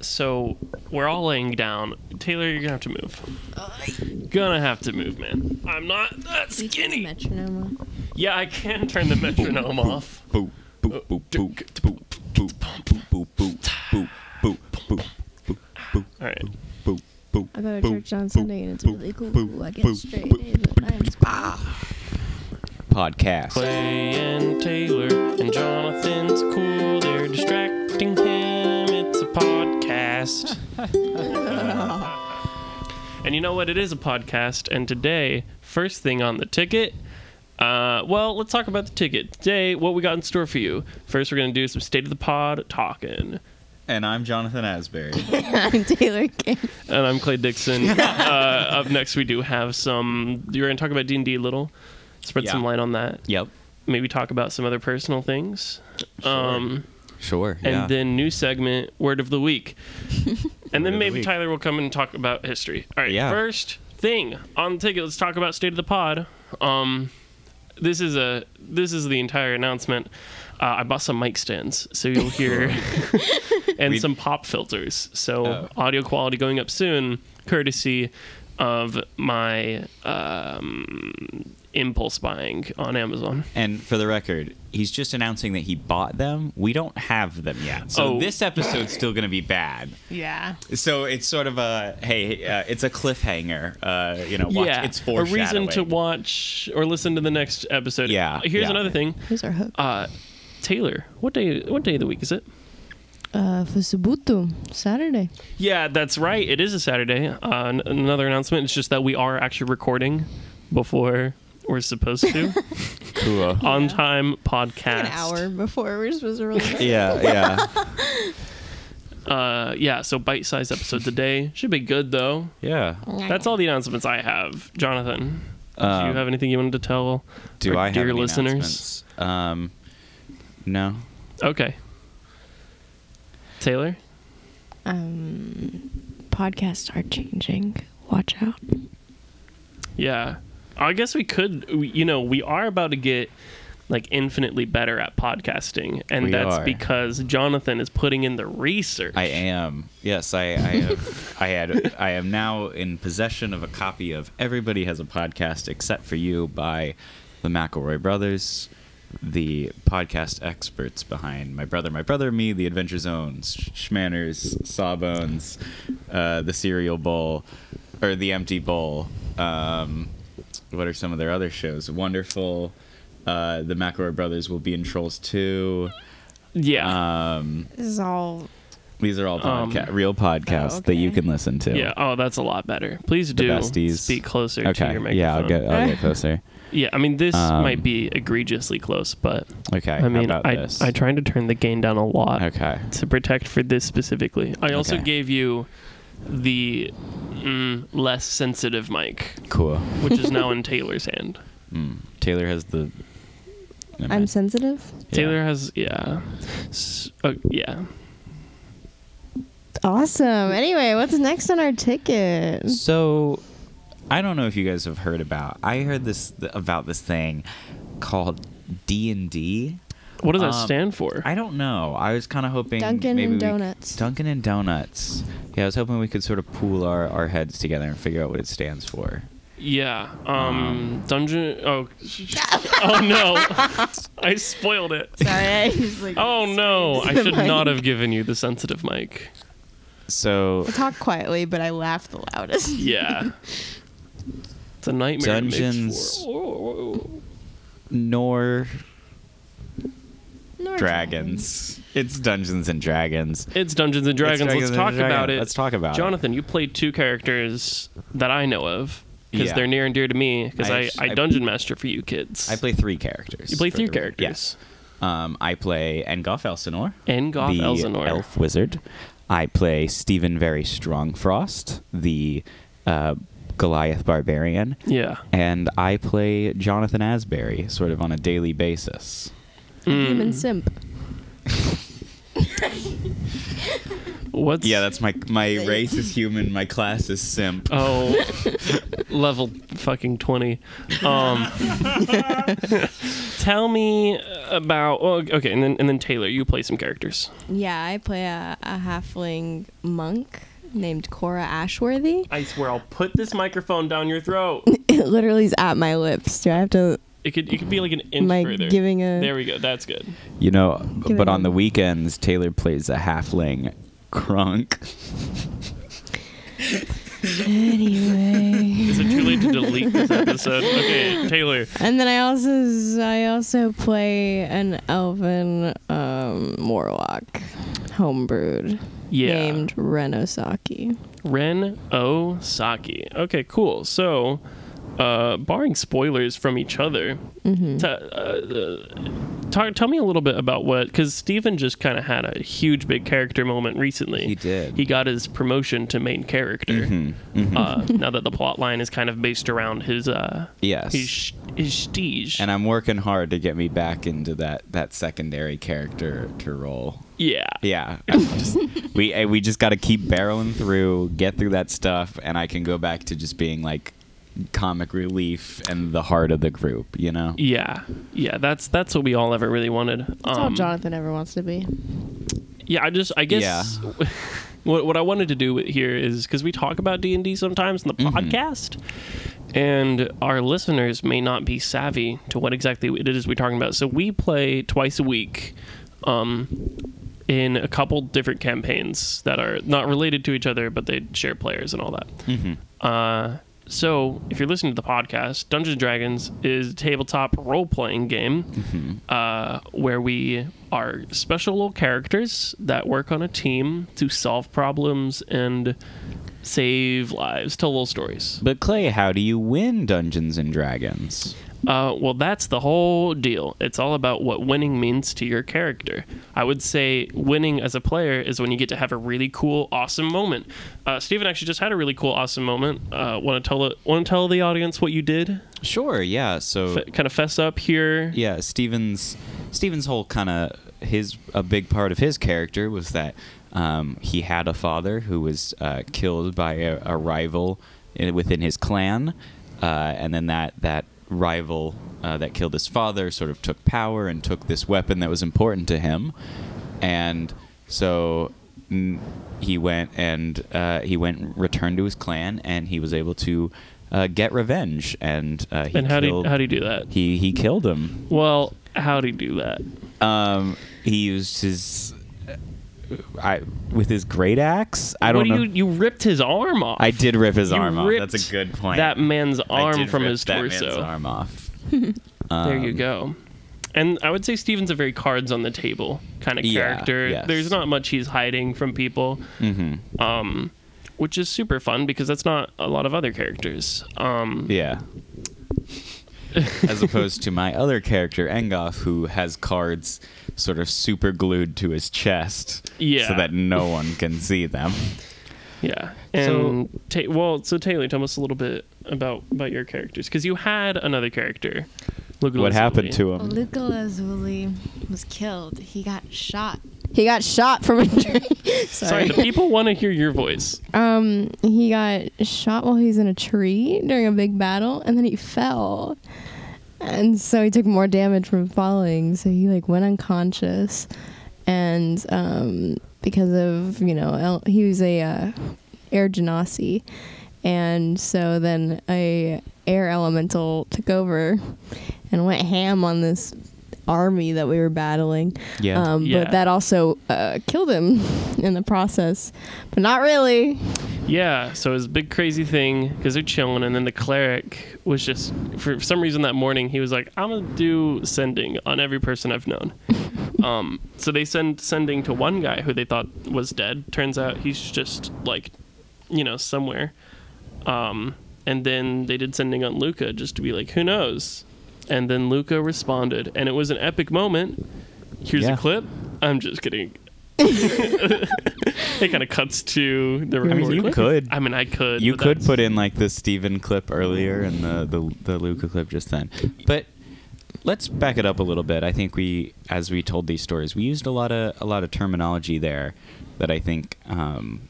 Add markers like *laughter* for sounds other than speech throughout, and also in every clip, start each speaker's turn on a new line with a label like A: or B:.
A: so we're all laying down. Taylor, you're gonna have to move. Gonna have to move, man. I'm not that
B: You turn the
A: skinny.
B: metronome off.
A: Yeah, I can turn the metronome off.
C: Boop, boop, boop, boop, boop, boop, boop, boop, boop, boop, boop, boop, boop, boop,
A: All right.
C: boop, boop,
B: I go to
C: boop,
B: church on
C: boop,
B: Sunday and it's
C: boop,
B: really cool.
C: boop,
B: I get
C: boop,
B: straight
C: boop,
B: A's and I'm *laughs*
C: Podcast.
A: Clay and Taylor and Jonathan's cool. They're distracting him. It's a podcast. and you know what? It is a podcast. And today, first thing on the ticket. Uh, well, let's talk about the ticket. Today, what we got in store for you. First, we're going to do some state of the pod talking.
C: And I'm
A: *laughs*
C: Jonathan Asbury.
B: I'm Taylor King.
A: And I'm Clay Dixon. uh, up next, we do have some. You're going to talk about D&D a little. Spread some
C: Yeah.
A: light on that.
D: Yep.
A: Maybe talk about some other personal things. Um,
D: Sure.
A: and
D: yeah.
A: then new segment word of
D: *laughs*
A: the week and
D: of
A: then
D: the
A: maybe
D: week.
A: tyler will come and talk about history all right
D: Yeah.
A: first thing on the ticket let's talk about state of the pod um this is a this is the entire announcement uh, i bought some mic stands so
D: *laughs*
A: you'll hear *laughs* and some pop filters so
D: Oh.
A: audio quality going up soon courtesy of my um, impulse buying on amazon
C: And for the record, he's just announcing that he bought them. We don't have them yet. So
A: Oh.
C: this episode's still going to be bad.
B: Yeah.
C: So it's sort of a hey, uh, it's a cliffhanger. Uh, you know, watch, it's
A: a
C: foreshadowing.
A: reason to watch or listen to the next episode.
C: Yeah,
A: Here's
C: yeah.
A: another thing,
B: Who's our hook?
A: uh, Taylor. What day? What day of the week is it?
B: Uh, for Subutu, Saturday.
A: Yeah, that's right. It is a Saturday. Uh, n- another announcement. It's just that we are actually recording before we're supposed
C: *laughs*
A: to. *laughs*
D: Cool.
A: On time podcast.
B: An hour before we're supposed to release.
D: yeah, yeah.
A: Uh, yeah. So bite-sized episode today should be good though.
D: Yeah.
A: *laughs* That's all the announcements I have. Jonathan, do
C: Um,
A: you have anything you wanted to tell?
D: Do
A: our
D: I have
A: dear
D: any
A: listeners?
D: announcements? Um no.
A: Okay. Taylor.
B: Um, podcasts are changing. Watch out.
A: Yeah. I guess we could, we- you know, we are about to get like infinitely better at podcasting. And
D: We
A: that's
D: are.
A: because Jonathan is putting in the research.
D: I am.
C: Yes, I, I have. I had. I am now in possession of a copy of "Everybody Has a Podcast Except for You" by the McElroy Brothers, the podcast experts behind "My Brother, My Brother, Me," "The Adventure Zone," Sh- "Schmanners," "Sawbones," uh, "The Cereal Bowl," or "The Empty Bowl." Um, what are some of their other shows? Wonderful. Uh, the McElroy Brothers will be in Trolls 2.
A: yeah.
C: Um,
B: This is all.
C: these are all
A: Um,
C: podca- real podcasts
B: Oh,
C: that you
B: okay.
C: can listen to.
A: yeah. Oh, that's a lot better. Please do
C: besties.
A: speak closer to
C: Okay.
A: your microphone.
C: Yeah, I'll get I'll get closer.
A: Yeah, I mean, this
C: Um,
A: might be egregiously close, but *laughs*
C: Okay.
A: I mean,
C: how about
A: I,
C: this?
A: I tried to turn the gain down a lot
C: Okay.
A: to protect for this specifically. I also
C: Okay.
A: gave you the mm, less sensitive mic,
C: Cool.
A: which is
C: *laughs*
A: now in Taylor's hand.
C: Taylor has the. Never
B: I'm
C: mind.
B: sensitive.
C: Yeah.
A: Taylor has yeah, S- uh, yeah.
B: Awesome. Anyway, what's next on our ticket?
C: So, I don't know if you guys have heard about. I heard this th- about this thing called D and D.
A: What does that
C: Um,
A: stand for?
C: I don't know. I was kind of hoping
B: Dunkin'
C: maybe
B: and
C: we-
B: Donuts.
C: Dunkin' and Donuts. Yeah, I was hoping we could sort of pool our, our heads together and figure out what it stands for.
A: yeah, um, dungeon.
C: *laughs*
A: Oh, oh no, *laughs* I spoiled it.
B: Sorry, I just like.
A: Oh
C: *laughs*
A: no, I
B: The
A: should not
B: mic.
A: have given you the sensitive mic.
C: So
B: I talk quietly, but I laugh the loudest.
A: Yeah, it's a nightmare. it makes for-
C: Dungeons.
A: Whoa, whoa, whoa.
C: nor
B: Nor
C: dragons. It's Dungeons and Dragons.
A: It's Dungeons and Dragons.
C: Dragons
A: Let's
C: and
A: talk
C: Dragons.
A: about it.
C: Let's talk about it.
A: Jonathan, you played two characters that I know of because
C: Yeah.
A: they're near and dear to me because
C: I
A: I,
C: actu-
A: I,
C: I-
A: dungeon master for you kids.
C: I play three characters.
A: You play
C: for
A: three
C: the-
A: characters.
C: Yeah. Um, I play Engoff Elsinore,
A: Engoff
C: the
A: Elsinore.
C: elf wizard. I play Stephen Very Strongfrost, the uh, Goliath barbarian,
A: Yeah.
C: and I play Jonathan Asbury, sort of on a daily
B: Mm.
C: basis.
B: Human simp.
A: What's
C: Yeah, that's my my
B: That you-
C: race is human. My class is simp.
A: Oh, level fucking 20. *laughs* Um, tell me about. Well, okay, and then, and then Taylor, you play some characters.
B: Yeah, I play a, a halfling monk named Cora Ashworthy.
A: I swear I'll put this microphone down your throat.
B: It literally is at my lips. Do I have to?
A: It could, it could be like an inch
B: Am I
A: further.
B: giving a?
A: there we go. That's good.
C: You know,
B: Give
C: but
B: it
C: on
B: a-
C: the weekends, Taylor plays a halfling crunk.
A: *laughs*
B: Anyway.
A: Is it too late to delete
B: *laughs*
A: this episode? Okay, Taylor.
B: and then I also I also play an elven um, warlock, homebrewed,
A: Yeah.
B: named Renosaki.
A: Ren Osaki. Okay, cool. So, uh, barring spoilers from each other, t- uh, uh, talk, tell me a little bit about what, because Steven just kind of had a huge big character moment recently.
C: He did. Mm-hmm.
A: He got his promotion to main character. Uh, *laughs* now that the plot line is kind of based around his uh,
C: Yes.
A: his sh- his stige.
C: and I'm working hard to get me back into that that secondary character to role.
A: yeah.
C: Yeah, I'm just, we eh, we just got to keep barreling through, get through that stuff, and I can go back to just being like comic relief and the heart of the group. You know?
A: Yeah, yeah, that's that's what we all ever really wanted.
B: That's
A: Um,
B: all Jonathan ever wants to be.
A: Yeah, I just I guess *laughs* what what I wanted to do here is because we talk about D and D sometimes in the podcast, and our listeners may not be savvy to what exactly it is we're talking about. So we play twice a week. Um, in a couple different campaigns that are not related to each other, but they share players and all that. Uh, so, if you're listening to the podcast, Dungeons and Dragons is a tabletop role playing game uh, where we are special little characters that work on a team to solve problems and save lives, tell little stories.
C: But Clay, how do you win Dungeons and Dragons?
A: Uh, well, that's the whole deal. It's all about what winning means to your character. I would say winning as a player is when you get to have a really cool, awesome moment. Uh, Steven actually just had a really cool, awesome moment. Uh, want to tell the want to tell the audience what you did?
C: Sure. Yeah. So
A: F- kind of fess up here.
C: yeah steven's steven's whole kind of his a big part of his character was that um, he had a father who was uh, killed by a, a rival i- within his clan uh, and then that that rival uh, that killed his father sort of took power and took this weapon that was important to him and so mm, he went and uh, he went and returned to his clan and he was able to uh, get revenge and uh, he
A: and how do
C: killed-
A: how do you do that?
C: he he killed him
A: Well, how do you do that?
C: um, he used his, uh, I with his great axe. I
A: what
C: don't
A: do
C: know.
A: you you ripped his arm off?
C: I did rip his
A: You
C: arm off.
A: ripped
C: That's a good point.
A: That man's
C: I
A: arm
C: did
A: from
C: rip
A: his
C: that
A: torso.
C: Man's Um,
A: *laughs*
C: arm off.
A: There you go. And I would say Steven's a very cards on the table kind of
C: Yeah,
A: character.
C: yes.
A: There's not much he's hiding from people, mm-hmm. um, which is super fun because that's not a lot of other characters. Um,
C: Yeah. As opposed to my other character Engoff, who has cards sort of super glued to his chest,
A: Yeah.
C: so that no one can see them.
A: yeah. And ta- well, so Taylor, tell us a little bit about about your characters because you had another character. Look
C: What happened to him?
B: Luca Lazuli was killed. He got shot. He got shot from a tree.
A: Sorry,
B: Sorry.
A: the people want to hear your voice.
B: Um, he got shot while he was in a tree during a big battle, and then he fell, and so he took more damage from falling. So he like went unconscious, and um, because of you know el- he was a uh, air genasi, and so then a air elemental took over and went ham on this army that we were battling.
C: Yeah.
B: Um,
A: Yeah.
B: But that also uh, killed him *laughs* in the process, but not really.
A: Yeah, so it was a big crazy thing because they're chilling, and then the cleric was just for some reason that morning he was like, "I'm gonna do sending on every person I've
C: *laughs*
A: known." um, so they send sending to one guy who they thought was dead. Turns out he's just like, you know, somewhere. Um, and then they did sending on Luca just to be like, "Who knows?" And then Luca responded, and it was an epic moment. Here's
C: Yeah.
A: a clip. I'm just kidding. it kind of cuts to the.
C: mean,
A: recording.
C: you could.
A: I mean, I could.
C: You
A: but
C: could
A: that's-
C: put in like the Steven clip earlier and the, the the Luca clip just then. But let's back it up a little bit. I think we as we told these stories, we used a lot of a lot of terminology there that I think um,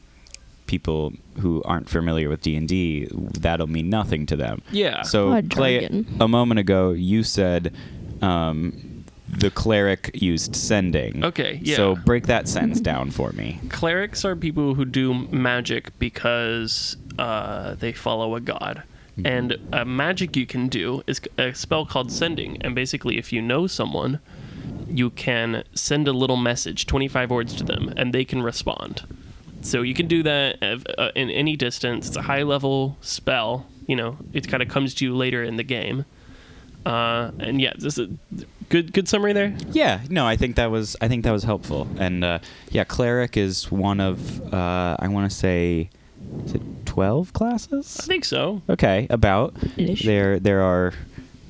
C: people who aren't familiar with D and D that'll mean nothing to them.
A: Yeah.
C: So
B: What
C: Clay,
B: dragon?
C: a moment ago you said um, the cleric used sending.
A: Okay, yeah.
C: So break that sentence down for me.
A: clerics are people who do magic because uh, they follow a god. And a magic you can do is a spell called sending. And basically, if you know someone, you can send a little message, 25 words to them, and they can respond. So you can do that of- uh, in any distance. It's a high level spell. You know, it kind of comes to you later in the game. Uh, and yeah, this is a good good summary there.
C: Yeah, no, I think that was I think that was helpful, and uh, yeah, cleric is one of uh, I want to say, is it twelve
A: I
C: classes?
A: think so.
C: Okay, about
B: Ish.
C: there there are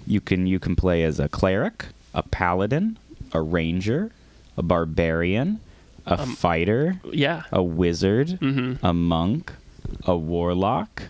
C: you can you can play as a cleric, a paladin, a ranger, a barbarian, a fighter,
A: Yeah.
C: a wizard, a monk, a warlock,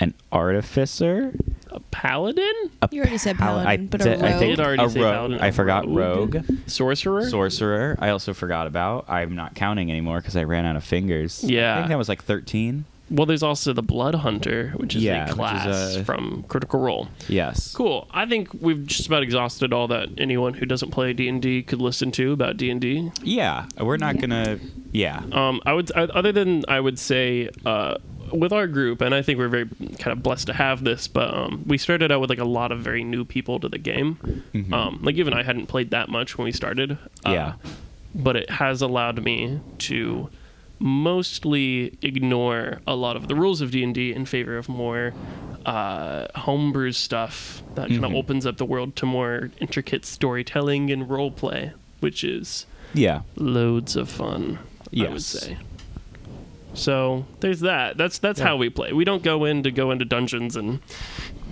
C: an artificer,
A: A paladin?
C: a
E: You already said
C: pal- I
E: paladin, but
C: did-
E: a
C: I
E: rogue.
C: think
A: Did already
C: a
A: say
C: rogue.
A: paladin.
C: I forgot rogue.
A: Sorcerer?
C: Sorcerer. I also forgot about. I'm not counting anymore because I ran out of fingers.
A: Yeah.
C: I think that was like 13.
A: Well, there's also the Blood Hunter, which is
C: Yeah, which
A: a
C: is,
A: class
C: uh,
A: from Critical Role.
C: Yes.
A: Cool. I think we've just about exhausted all that anyone who doesn't play D and D could listen to about D and D.
C: Yeah. We're not gonna. Yeah.
A: Um, I would, I, other than I would say, uh, with our group, and I think we're very kind of blessed to have this, but um, we started out with like a lot of very new people to the game. Um, like even I hadn't played that much when we started. Uh,
C: Mm-hmm. yeah.
A: but it has allowed me to mostly ignore a lot of the rules of D&D in favor of more uh, homebrew stuff that kind
C: Mm-hmm.
A: of opens up the world to more intricate storytelling and role play, which is
C: Yeah.
A: loads of fun, I would
C: Yes.
A: say. So there's that. That's that's how we play. We don't go in to go into dungeons and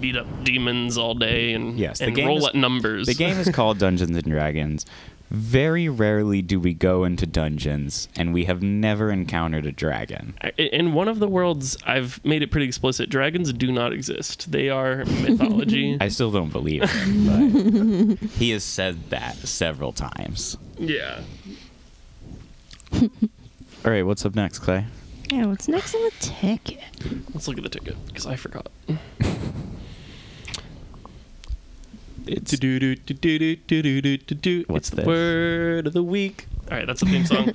A: beat up demons all day and,
C: Yes, the
A: and
C: game
A: roll
C: is-
A: at numbers.
C: The game is
A: *laughs*
C: called Dungeons and Dragons. Very rarely do we go into dungeons, and we have never encountered a dragon.
A: I- in one of the worlds i've made it pretty explicit dragons do not exist they are mythology
C: *laughs* I still don't believe
A: *laughs*
C: him, but he has said that several times.
A: yeah
C: All right, what's up next, Clay?
B: Yeah, what's next on the ticket?
A: *laughs* let's look at the ticket because i forgot
C: It's
A: Do-do-do-do-do-do-do-do.
C: What's
A: it's the
C: this?
A: word of the week all right that's the theme
C: *laughs*
A: song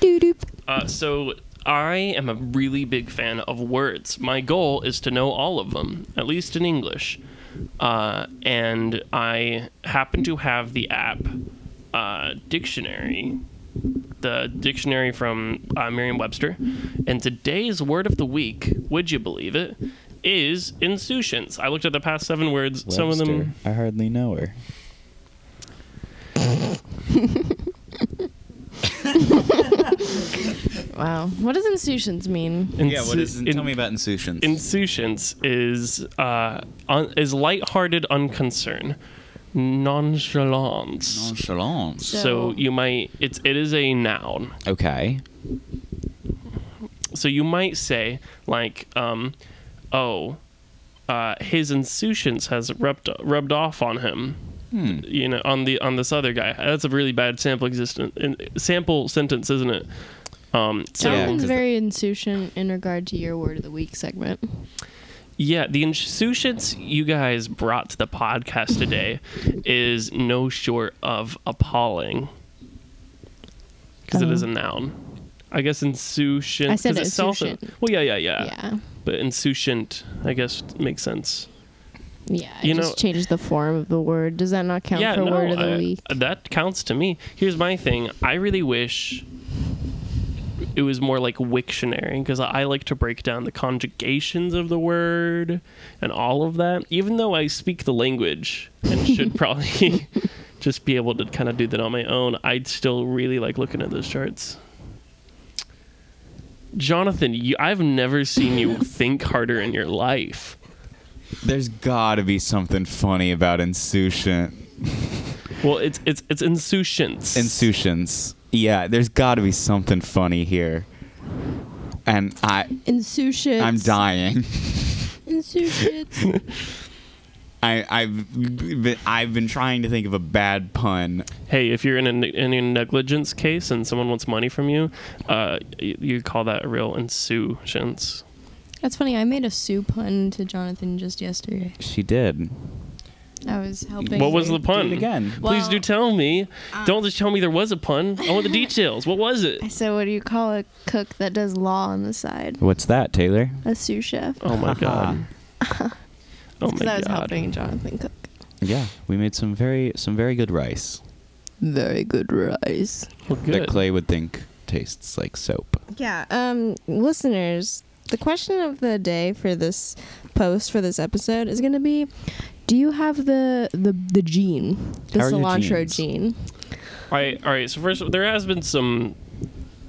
B: Doo-doop.
A: uh, so i am a really big fan of words my goal is to know all of them at least in english uh, and i happen to have the app uh, dictionary the dictionary from uh, Merriam-Webster, and today's word of the week, would you believe it, is insouciance. I looked at the past seven words. Some of them,
C: I hardly know her.
B: Wow. What does insouciance mean?
A: insu-
C: Yeah, what is?
A: in-
C: tell me about insouciance.
A: insouciance is uh, un- is lighthearted unconcern, nonchalance.
C: Nonchalance.
A: so you might it's it is a noun.
C: Okay.
A: so you might say like um oh uh his insouciance has rubbed rubbed off on him you know on the on this other guy that's a really bad sample existent in, sample sentence isn't it um so
C: Yeah,
B: Sounds
C: 'cause
B: very insouciant in regard to your word of the week segment.
A: yeah the insouciance you guys brought to the podcast today is no short of appalling because it is a noun i guess insouciant
B: Oh. I said
A: 'cause it's self-
B: insouciant.
A: well yeah yeah yeah
B: yeah.
A: but insouciant i guess makes sense
B: Yeah.
A: You
B: You just
A: know-
B: changed the form of the word. Does that not count for word of the
A: I-
B: week?
A: That counts to me. Here's my thing. I really wish it was more like Wiktionary because I like to break down the conjugations of the word and all of that. Even though I speak the language and
B: *laughs*
A: should probably *laughs* just be able to kind of do that on my own, I'd still really like looking at those charts. Jonathan, you, I've never seen
B: *laughs*
A: you think harder in your life.
C: There's got to be something funny about insouciance.
A: Well, it's it's it's insouciance.
C: Insouciance. Yeah, there's got to be something funny here. And I,
B: Insouciance.
C: I'm dying.
B: Insouciance.
C: I, I've been, I've been trying to think of a bad pun.
A: Hey, if you're in a, ne- in a negligence case and someone wants money from you, uh, you, you call that a real insouciance.
B: That's funny. I made a Sue pun to Jonathan just yesterday.
C: She did.
B: I was helping.
A: What was the pun?
C: it again.
A: Please
B: Well, uh,
A: do tell me. Don't just tell me there was a pun. I want
B: *laughs*
A: the details. What was it?
B: I said, what do you call a cook that does law on the side?
C: What's that, Taylor?
B: A sous chef.
A: Oh my god. Oh
B: Because I
A: my
B: was
A: god.
B: helping Jonathan cook.
C: Yeah, we made some very some very good rice
B: Very good rice.
A: Well,
C: that
A: good.
C: Clay would think tastes like soap.
B: Yeah. Um, listeners, the question of the day for this post for this episode is going to be: Do you have the the the gene, the
C: How are your
B: cilantro
C: genes?
B: gene?
A: All right, all right. So first, of all, there has been some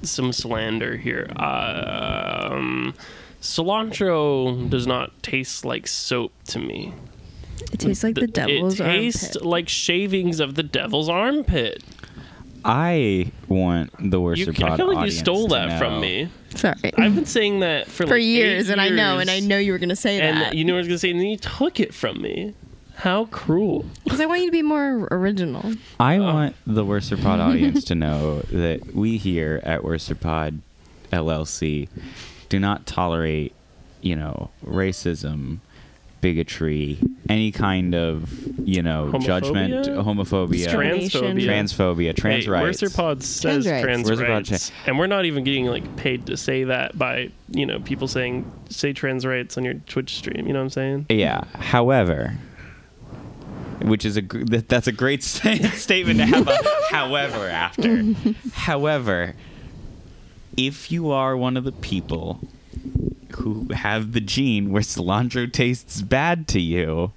A: some slander here. Um, cilantro does not taste like soap to me.
B: It tastes like the
A: Th-
B: devil's
A: it tastes like shavings of the devil's armpit.
C: I want the worst
A: You, I
C: pod
A: feel like you
C: audience
A: stole
C: to
A: that
C: know.
A: from me.
B: *laughs* Sorry.
A: I've been saying that for,
B: for
A: like, eight
B: years, and I know, and I
A: years.
B: know you were going to say that.
A: And you know what I was gonna say, and then you took it from me. How cruel!
B: Because I want you to be more original.
A: Oh.
C: I want the Worcester Pod audience
A: *laughs*
C: to know that we here at Worcester Pod LLC do not tolerate, you know, racism, bigotry, any kind of, you know, judgment,
A: It's
C: homophobia,
A: transphobia.
C: transphobia, trans
A: hey,
C: rights.
A: Mercer Pod says
B: Trans rights.
A: trans,
C: Mercer Pod
A: rights,
C: trans-
A: and we're not even getting like paid to say that by you know people saying say trans rights on your Twitch stream. You know what I'm saying?
C: Yeah. However, which is a gr- that, that's a great *laughs* sta- statement to have. A, however, after, however, if you are one of the people who have the gene where cilantro tastes bad to you,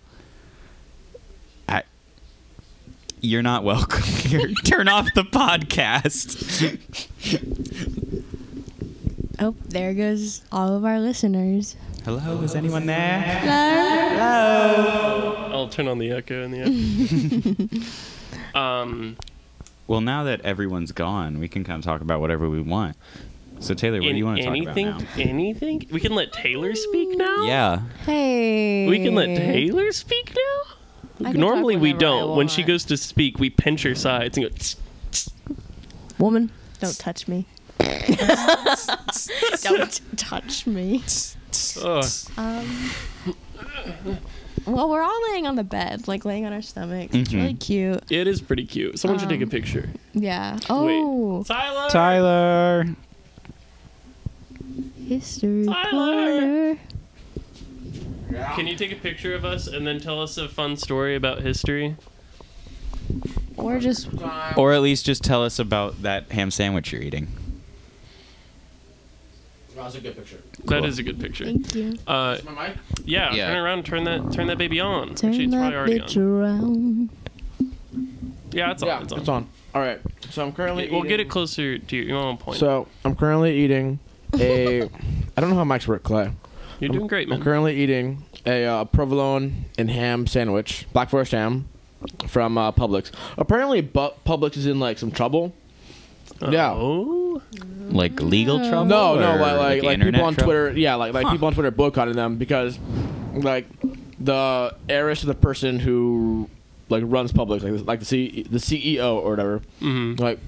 C: I, you're not welcome *laughs* here. Turn off the podcast.
B: Oh, there goes all of our listeners.
C: Hello, is anyone there?
A: I'll turn on the echo in the
B: *laughs*
A: echo. um,
C: Well, now that everyone's gone, we can kind of talk about whatever we want. So, Taylor, what do
A: an-
C: you want to talk about
A: anything?
C: now?
A: *laughs* Anything? We can let Taylor speak now.
C: Yeah.
B: Hey.
A: We can let Taylor speak now.
B: I can
A: Normally
B: talk
A: we
B: whenever I
A: don't. When she
B: want.
A: goes to speak, we pinch her sides and go. "Tsk."
B: Woman, don't touch *laughs* me. don't touch me.
A: Ugh.
B: Um, well, we're all laying on the bed, like laying on our stomachs. It's
E: Mm-hmm.
B: really cute.
A: It is pretty cute. Someone should
B: Um.
A: take a picture.
B: Yeah. Oh,
A: Tyler.
C: Tyler.
B: history
A: Tyler!
B: corner.
A: Can you take a picture of us and then tell us a fun story about history?
B: Or just
C: Or at least just tell us about that ham sandwich you're eating.
E: That's a good picture.
A: That
C: Cool.
A: is a good picture.
B: thank you.
A: Uh,
E: Is my mic?
A: yeah,
C: Yeah.
A: Turn around. Turn that. Turn that baby on. Actually,
B: Turn
A: it's
B: that
A: probably already
B: bitch
A: on.
B: around. *laughs*
A: Yeah, it's on.
E: yeah,
A: it's on.
E: All right. So I'm currently.
A: We'll get
E: eating-
A: it closer to your, your own point.
E: So I'm currently eating a. I don't know how mics work, Clay.
A: You're doing great, man.
E: I'm currently eating a uh, provolone and ham sandwich, black forest ham, from uh, Publix. Apparently, Bu- Publix is in like some trouble. yeah.
A: Oh,
C: Like legal trouble?
E: No, no,
C: or
E: like like, like
C: internet
E: people on
C: trouble?
E: Twitter, yeah, like like people on Twitter boycotted them because, like, the heiress of the person who like runs public, like like the C- the CEO or whatever,
C: Mm-hmm.
E: like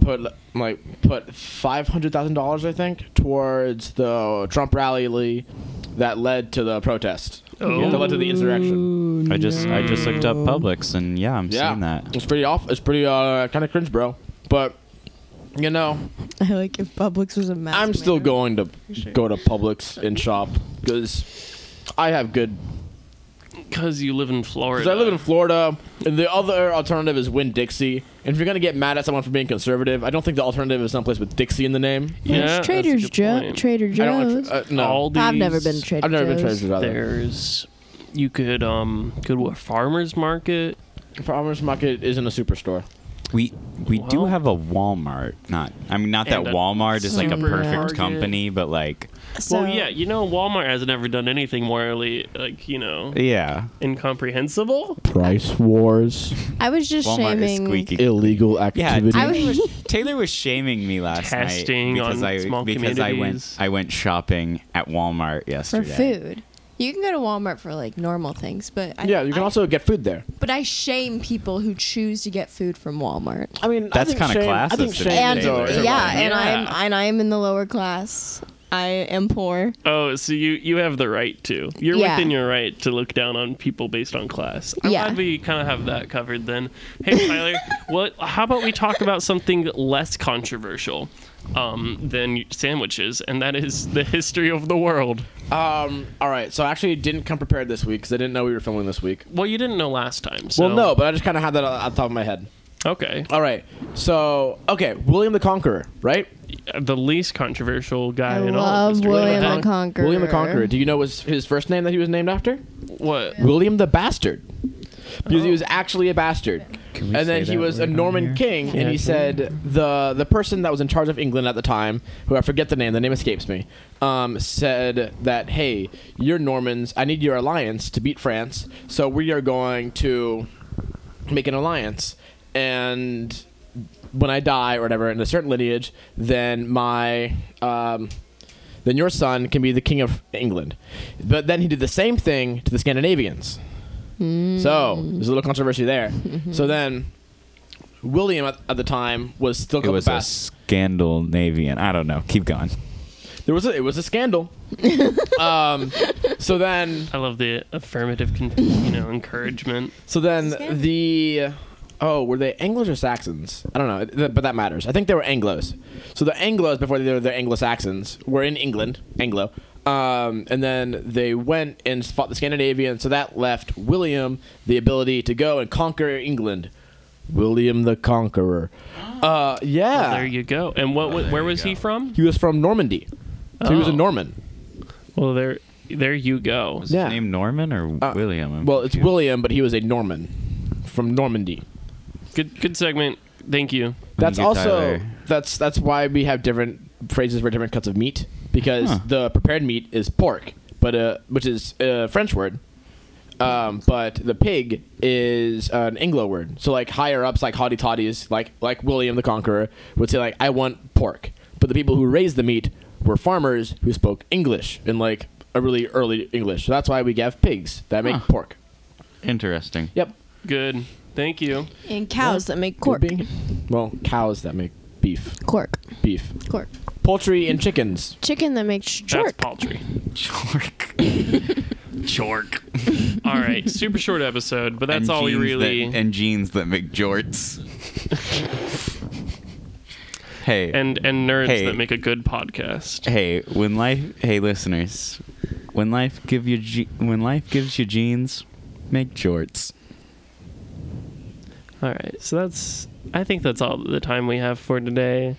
E: put like put five hundred thousand dollars I think towards the Trump rally that led to the protest,
A: Oh.
E: that led to the insurrection.
C: I just I just looked up Publix and yeah, I'm
E: Yeah,
C: seeing that.
E: it's pretty off. It's pretty uh kind of cringe, bro. But you know,
B: I like if Publix was a mess.
E: I'm still going to go to Publix and shop because I have good.
A: because you live in Florida.
E: Because I live in Florida, and the other alternative is Win Dixie. And if you're gonna get mad at someone for being conservative, I don't think the alternative is someplace with Dixie in the name.
A: Yeah,
B: There's
A: that's a
B: Trader
A: good
B: Joe-
A: point.
B: Trader
E: I don't.
B: Joe's.
E: want Uh, no,
A: Aldi's,
B: I've never been to Trader
E: I've never been
B: Joe's.
E: Trader Joe's either.
A: There's, you could um, go to a farmer's market.
E: Farmers Market isn't a superstore.
C: We we do
A: Well-
C: have a Walmart. Not I mean not that
A: And a
C: Walmart is like a
B: Super
C: perfect
A: Target.
C: company, but like
B: So,
A: well, yeah, you know, Walmart has never done anything morally like you know
C: yeah.
A: incomprehensible.
E: Price wars,
B: I was just
C: Walmart is
B: shaming.
C: squeaky.
E: illegal
C: activity.
B: I was *laughs*
C: Taylor was shaming me last
A: Testing
C: night because
A: on
C: I
A: small
C: because I went
A: communities.
C: I went shopping at Walmart
B: for
C: yesterday.
B: food. You can go to Walmart for like normal things, but I,
E: yeah, you can
B: I-
E: also get food there.
B: But I shame people who choose to get food from Walmart.
E: I mean,
C: That's
E: I think
C: kinda
E: shame- I
C: classist
E: think
C: to
E: shame
C: be
B: And
E: is
C: fair.
E: a- is a-
B: yeah, and
A: Yeah.
B: I'm and I'm in the lower class. I am poor.
A: Oh, so you you have the right to. You're
B: Yeah.
A: within your right to look down on people based on class. I'm
B: Yeah.
A: glad we kind of have that covered then. Hey Tyler,
B: *laughs*
A: what? How about we talk about something less controversial um, than sandwiches, and that is the history of the world.
E: Um. All right. So I actually didn't come prepared this week because I didn't know we were filming this week.
A: Well, you didn't know last time. So.
E: Well, no, but I just kind of had that on on top of my head.
A: Okay.
E: All right. So okay, William the Conqueror, right?
A: The least controversial guy
B: I
A: in all of
B: love
A: history.
B: William the
E: Con-
B: Conqueror.
E: William the Conqueror. Do you know was his first name that he was named after?
A: What?
E: William the Bastard, because
B: Oh.
E: he was actually a bastard.
C: Can we
E: and then
C: say
E: he
C: that
E: was a
C: word on
E: Norman
C: here?
E: king, and he
A: Yeah.
E: said the the person that was in charge of England at the time, who I forget the name, the name escapes me, um, said that hey, you're Normans. I need your alliance to beat France, so we are going to make an alliance. And when I die or whatever in a certain lineage, then my um, then your son can be the king of England. But then he did the same thing to the Scandinavians. So there's a little controversy there. so then William at, at the time was still
C: It
E: called
C: was
E: the
C: a
E: Bastard.
C: Scandinavian. I don't know. Keep going.
E: there was a, it was a scandal. um, so then
A: I love the affirmative, con- you know,
B: *laughs*
A: encouragement.
E: so then the oh were they Anglos or Saxons? I don't know, th- but that matters. I think they were Anglos. So the Anglos before they were the Anglo Saxons were in England, Anglo. Um, and then they went and fought the Scandinavians, so that left William the ability to go and conquer England. William the Conqueror. Uh,
B: Ah.
E: yeah.
A: There you go. And what? wa- where was he from?
E: He was from Normandy. So he was a
A: Oh.
E: Norman.
A: Well, there, there you go.
C: Was
E: Yeah.
C: his name Norman or
E: Uh,
C: William? I'm
E: Well, it's
C: confused.
E: William, but he was a Norman from Normandy.
A: Good, good segment. Thank you.
E: That's
C: you,
E: also
C: Tyler.
E: that's that's why we have different phrases for different cuts of meat because
C: Huh.
E: the prepared meat is pork, but uh, which is a French word. Um, but the pig is an Anglo word. So like higher ups, like hotty toddies, like like William the Conqueror would say like I want pork. But the people who raised the meat were farmers who spoke English in like a really early English. So that's why we have pigs that make
C: Huh.
E: pork.
C: interesting. *laughs*
E: Yep.
A: Good. Thank you.
B: and cows that make cork.
E: Could be. Well, cows that make beef.
B: Cork.
E: Beef.
B: Cork.
E: Poultry and chickens.
B: Chicken that makes
A: That's
B: short.
A: paltry.
C: Chork. Chork.
A: *laughs* All right, super short episode, but *laughs* that's all we really.
C: and jeans that make
A: *laughs*
C: jorts. hey.
A: and and nerds
C: Hey.
A: that make a good podcast.
C: hey, when life hey listeners, when life give you je- when life gives you jeans, make jorts.
A: All right, so that's. I think that's all the time we have for today.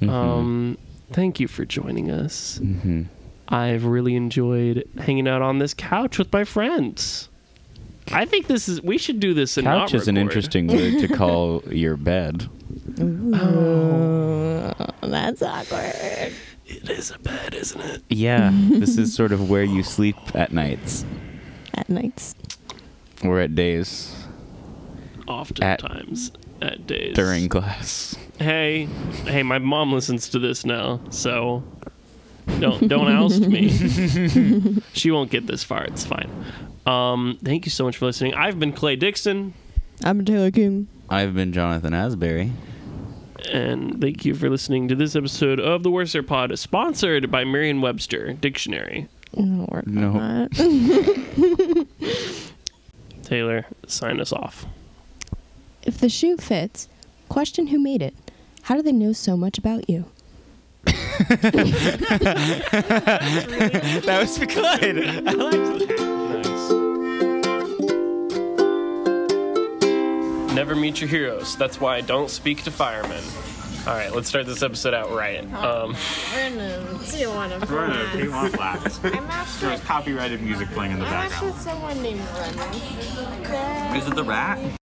C: Mm-hmm.
A: Um, thank you for joining us.
C: Mhm.
A: I've really enjoyed hanging out on this couch with my friends. I think this is. We should do this. And not
C: Couch is an
A: record. *laughs*
C: interesting word to call your bed.
B: Oh, that's awkward.
A: It is a bed, isn't it?
C: Yeah, *laughs* this is sort of where you sleep at nights
B: At nights.
C: or at days
A: Oftentimes at, days
C: during class.
A: Hey, hey, my mom listens to this now, so don't don't oust
C: *laughs*
A: me. she won't get this far. It's fine. Um, thank you so much for listening. I've been Clay Dixon,
B: I'm Taylor King.
C: I've been Jonathan Asbury.
A: and thank you for listening to this episode of the Worcester Pod, sponsored by Merriam-Webster Dictionary.
B: No, we're
C: No.
B: not. *laughs*
A: Taylor, sign us off.
B: If the shoe fits, question who made it. How do they know so much about you?
C: That was good.
A: Nice. Never meet your heroes. That's why I don't speak to firemen. All right, let's start this episode out right. Um,
F: He won't laugh.
G: I'm after,
F: There's copyrighted music playing in the
G: I'm
F: background.
G: after someone named Runner.
F: Is it the rat?